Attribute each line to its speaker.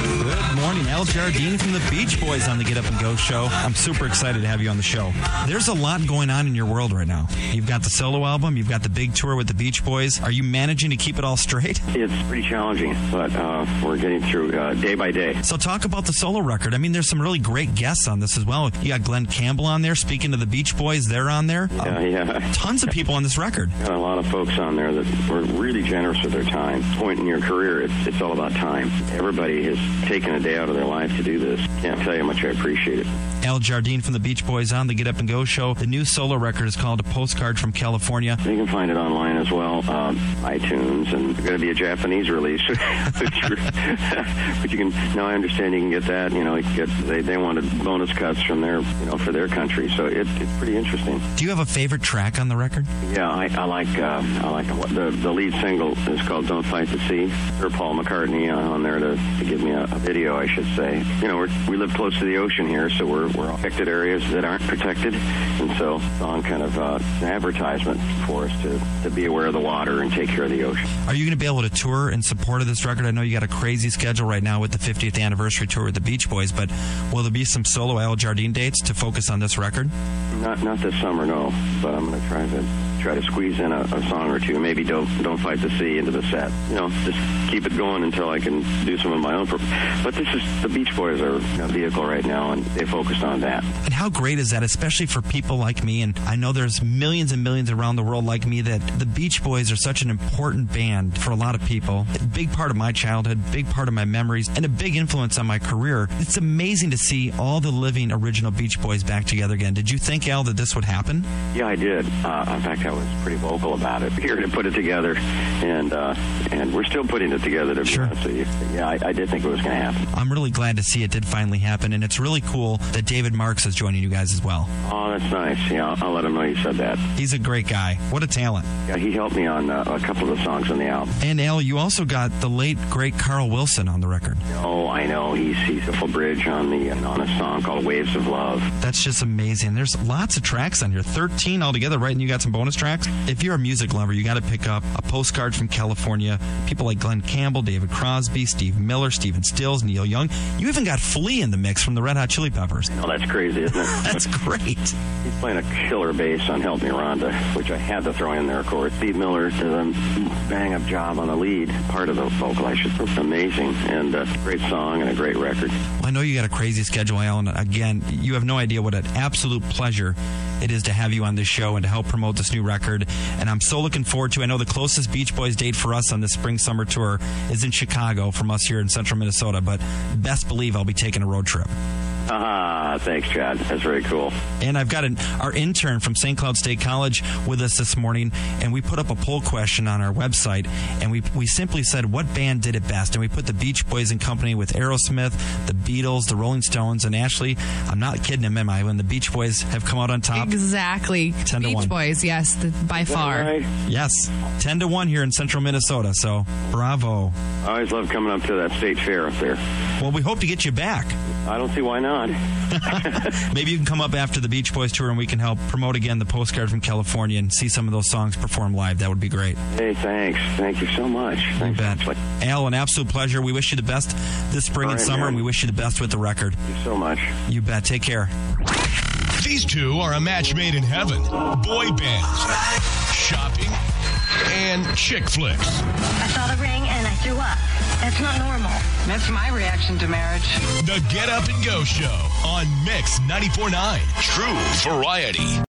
Speaker 1: Good morning, Al Jardine from the Beach Boys on the Get Up and Go show. I'm super excited to have you on the show. There's a lot going on in your world right now. You've got the solo album, you've got the big tour with the Beach Boys. Are you managing to keep it all straight?
Speaker 2: It's pretty challenging, but uh, we're getting through uh, day by day.
Speaker 1: So talk about the solo record. I mean, there's some really great guests on this as well. You got Glenn Campbell on there speaking to the Beach Boys. They're on there. Um,
Speaker 2: Yeah, Uh, yeah.
Speaker 1: tons of people on this record.
Speaker 2: Got a lot of folks on there that were really generous with their time. Point in your career, it's, it's all about time. Everybody has taken a day out of their life to do this. Can't tell you how much I appreciate it.
Speaker 1: Al Jardine from the Beach Boys on the Get Up and Go show. The new solo record is called A Postcard from California.
Speaker 2: You can find it online as well, um, iTunes, and it's going to be a Japanese release. which we're- but you can now I understand you can get that. You know, you can get, they they wanted bonus cuts from their you know for their country, so it, it's pretty interesting.
Speaker 1: Do you have a favorite track on the record?
Speaker 2: Yeah, I, I like uh, I like what the the lead single is called "Don't Fight the Sea." Or Paul McCartney on, on there to, to give me a, a video, I should say. You know, we're, we live close to the ocean here, so we're we're affected areas that aren't protected, and so on kind of uh, an advertisement for us to to be aware of the water and take care of the ocean.
Speaker 1: Are you going to be able to tour in support of this record? I know you got a crazy schedule right now with the 50th anniversary tour with the Beach Boys, but will there be some solo Al Jardine dates to focus on this record?
Speaker 2: Not not this summer, no, but I'm going to try to try to squeeze in a, a song or two. Maybe "Don't Don't Fight the Sea" into the set. You know, just keep it going until I can do some of my own. pro- But this is the Beach Boys are a vehicle right now, and they focused on that.
Speaker 1: And how great is that, especially for people like me? And I know there's millions and millions around the world like me that the Beach Boys are such an important band for a lot of people. A big part of my childhood, big part of my memories, and a big influence on my career. It's amazing to see all the living original Beach Boys back together again. Did you think, Al, that this would happen?
Speaker 2: Yeah, I did. Uh, in fact, I was pretty vocal about it here to put it together, and uh, and we're still putting it together. To
Speaker 1: Sure.
Speaker 2: be honest with you. Yeah, I, I did think it was going to happen.
Speaker 1: I'm really glad to see it did finally happen, and it's really cool that David Marks is joining you guys as well.
Speaker 2: Oh, that's nice. Yeah, I'll, I'll let him know you said that.
Speaker 1: He's a great guy. What a talent.
Speaker 2: Yeah, he helped me on uh, a couple of the songs on the album.
Speaker 1: And Al, you also got the late, great Carl Wilson on the record.
Speaker 2: Oh, I know. He's he's a full bridge on the on a song called "Waves of Love."
Speaker 1: That's just amazing. There's lots of tracks on here, 13 altogether, right? And you got some bonus tracks. If you're a music lover, you got to pick up a postcard from California. People like Glenn Campbell, David Crosby, Steve Miller, Stephen Stills, Neil Young. You even got Flea in the mix from the Red Hot Chili Peppers.
Speaker 2: Oh, that's crazy, isn't it?
Speaker 1: That's great.
Speaker 2: He's playing a killer bass on "Help Me, Rhonda," which I had to throw in there. Of course, Steve Miller did a bang up job on the lead part of the vocal. I should. It's amazing and a great song and a great record.
Speaker 1: I know you got a crazy schedule, Alan. Again, you have no idea what an absolute pleasure it is to have you on this show and to help promote this new record. And I'm so looking forward to. it. I know the closest Beach Boys date for us on this spring summer tour is in Chicago from us here in Central Minnesota. But best believe I'll be taking a road trip.
Speaker 2: Ah, thanks, Chad. That's very cool.
Speaker 1: And I've got an, our intern from St. Cloud State College with us this morning, and we put up a poll question on our website, and we, we simply said, what band did it best? And we put the Beach Boys and Company with Aerosmith, the Beatles, the Rolling Stones, and Ashley. I'm not kidding him, am I? When the Beach Boys have come out on top.
Speaker 3: Exactly.
Speaker 1: 10 to
Speaker 3: Beach
Speaker 1: one.
Speaker 3: Boys, yes, the, by far.
Speaker 2: All right.
Speaker 1: Yes, 10 to 1 here in central Minnesota, so bravo.
Speaker 2: I always love coming up to that state fair up there.
Speaker 1: Well, we hope to get you back.
Speaker 2: I don't see why not.
Speaker 1: Maybe you can come up after the Beach Boys tour and we can help promote again the postcard from California and see some of those songs performed live. That would be great.
Speaker 2: Hey, thanks. Thank you so much.
Speaker 1: You
Speaker 2: Thanks.
Speaker 1: bet.
Speaker 2: Thank
Speaker 1: Al, an absolute pleasure. We wish you the best this spring
Speaker 2: All
Speaker 1: and
Speaker 2: right,
Speaker 1: summer,
Speaker 2: man.
Speaker 1: and we wish you the best with the record.
Speaker 2: you so much.
Speaker 1: You bet. Take care.
Speaker 4: These two are a match made in heaven. Boy bands, shopping, and chick flicks.
Speaker 5: I saw the ring and I threw up. That's not normal.
Speaker 6: That's my reaction to marriage.
Speaker 4: The Get Up and Go Show on Mix 94.9. True variety.